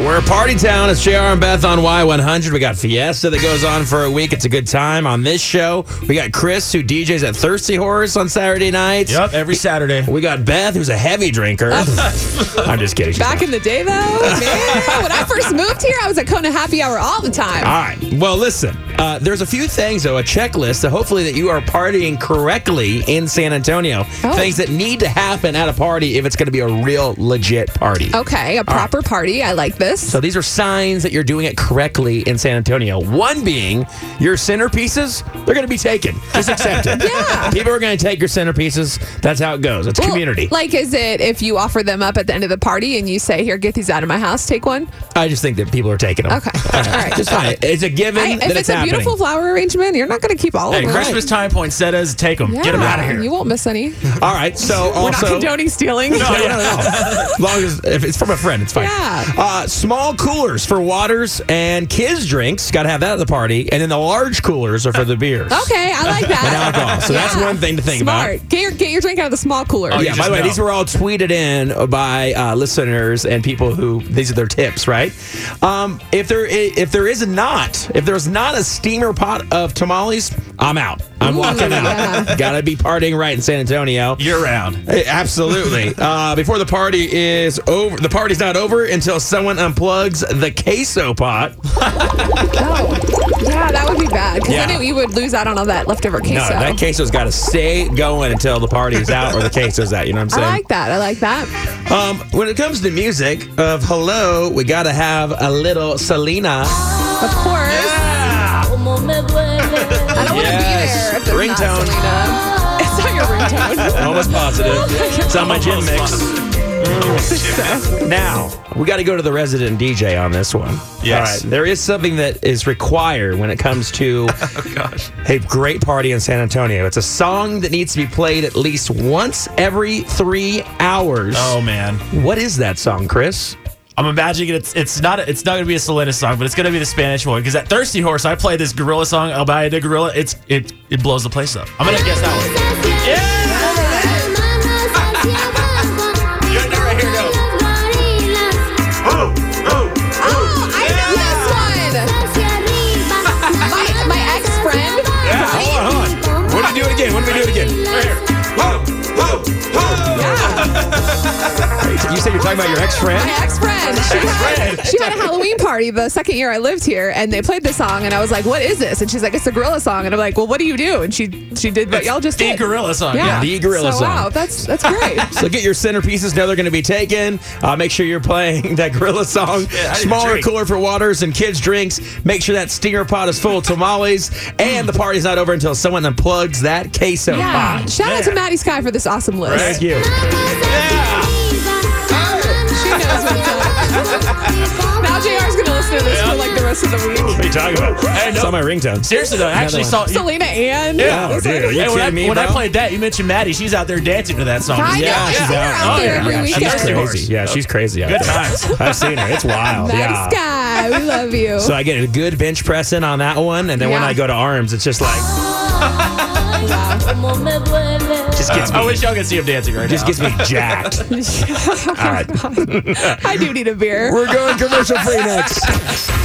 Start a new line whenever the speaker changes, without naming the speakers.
We're Party Town. It's JR and Beth on Y100. We got Fiesta that goes on for a week. It's a good time on this show. We got Chris, who DJs at Thirsty Horse on Saturday nights.
Yep, every Saturday.
We got Beth, who's a heavy drinker. I'm just kidding. She's
Back in the day, though, man, when I first moved here, I was at Kona Happy Hour all the time.
All right. Well, listen. Uh, there's a few things though, a checklist that hopefully that you are partying correctly in San Antonio.
Oh.
Things that need to happen at a party if it's going to be a real legit party.
Okay, a proper party. I like this.
So these are signs that you're doing it correctly in San Antonio. One being your centerpieces, they're going to be taken. Just accept it.
Yeah.
People are going to take your centerpieces. That's how it goes. It's
Well,
community.
Like, is it if you offer them up at the end of the party and you say, "Here, get these out of my house. Take one."
I just think that people are taking them.
Okay. All right.
Just fine. It's a given
I,
that
if it's, a
happening.
beautiful flower arrangement, you're not going to keep all
Hey,
of them.
Christmas time poinsettias, take them.
Yeah.
Get them out of here.
You won't miss any.
All right. So
We're not
also
condoning stealing.
No, no, no. As long as if it's from a friend, it's fine.
Yeah.
Uh, small coolers for waters and kids drinks. Got to have that at the party, and then the large coolers are for the beers.
Okay, I like that.
And alcohol. So that's one thing to think about.
Smart. Get your get your drink out of the small cooler.
Oh,
yeah.
you
By
just
the way,
know.
these were all tweeted in by uh, listeners and people who these are their tips, right? Um, if there i- if there is not if there's not a steamer pot of tamales, I'm out. I'm
Ooh,
walking
yeah.
out. Gotta be partying right in San Antonio.
Year round.
Hey, absolutely. uh, before the party is over, the party's not over until someone unplugs the queso pot.
Oh, yeah, that would be bad. Because
Yeah.
then it- you would lose out on all that leftover queso.
No, that queso's got to stay going until the party is out or the queso's out. You know what
I
I'm
like that. I like that.
saying? Um, when it comes to music, of hello, we got to have a little Selena.
Of course.
Como me duele.
I don't want to
Yes.
be there. If there's
Ringtone.
Not Selena. It's not your ringtone.
Almost positive. It's on my gym mix. Now, we got to go to the resident DJ on this one.
Yes.
There is something that is required when it comes to
Oh, gosh.
a great party in San Antonio. It's a song that needs to be played at least once every three hours.
Oh, man.
What is that song, Chris?
I'm imagining it's it's not it's not gonna be a Selena song, but it's gonna be the Spanish one because that Thirsty Horse. I play this gorilla song, El Valle de Gorilla. It's it it blows the place up. I'm gonna guess that one.
Oh, I know this one. My, my ex friend.
What do we do it again? What do we do it again? You said you're talking about your ex friend?
My ex friend. She, had- she had a Halloween party the second year I lived here, and they played this song, and I was like, "What is this?" And she's like, "It's a gorilla song," and I'm like, "Well, what do you do?" And she she did what y'all just
the
did.
gorilla song.
Yeah,
Yeah.
the gorilla
so,
song.
Wow, that's that's great.
So get your centerpieces. Now they're going to be taken. Uh, make sure you're playing that gorilla song.
I need a
Smaller
drink.
cooler for waters and kids drinks. Make sure that stinger pot is full of tamales. And the party's not over until someone unplugs that queso
yeah.
pot.
Shout out to
man.
Maddie Sky for this awesome list.
Thank you.
She knows what's up. now JR's gonna listen to this for like the rest of the week.
What are you talking about? Hey,
It's
no,
on my ringtone.
seriously though, I actually
one.
saw. You,
Selena and
Yeah.
It's like-
dude, are you
Hey, when I,
kidding me,
when I
bro?
played that, you mentioned Maddie. She's out there dancing to that song.
I know.
Yeah,
I see
she's
her
out.
out
Oh,
there
yeah.
every
Yeah, she's
weekend.
She's crazy. Yeah, she's crazy. out
Good
there.
times.
I've seen her. It's wild.
Maddie
yeah.
Sky, we love you.
So I get a good bench pressing on that one, and then when
Yeah.
I go to arms, it's just like just gets me,
Uh, I wish y'all could see him dancing right
just
now.
gets me jacked.
Oh I do need a beer.
We're going commercial free next.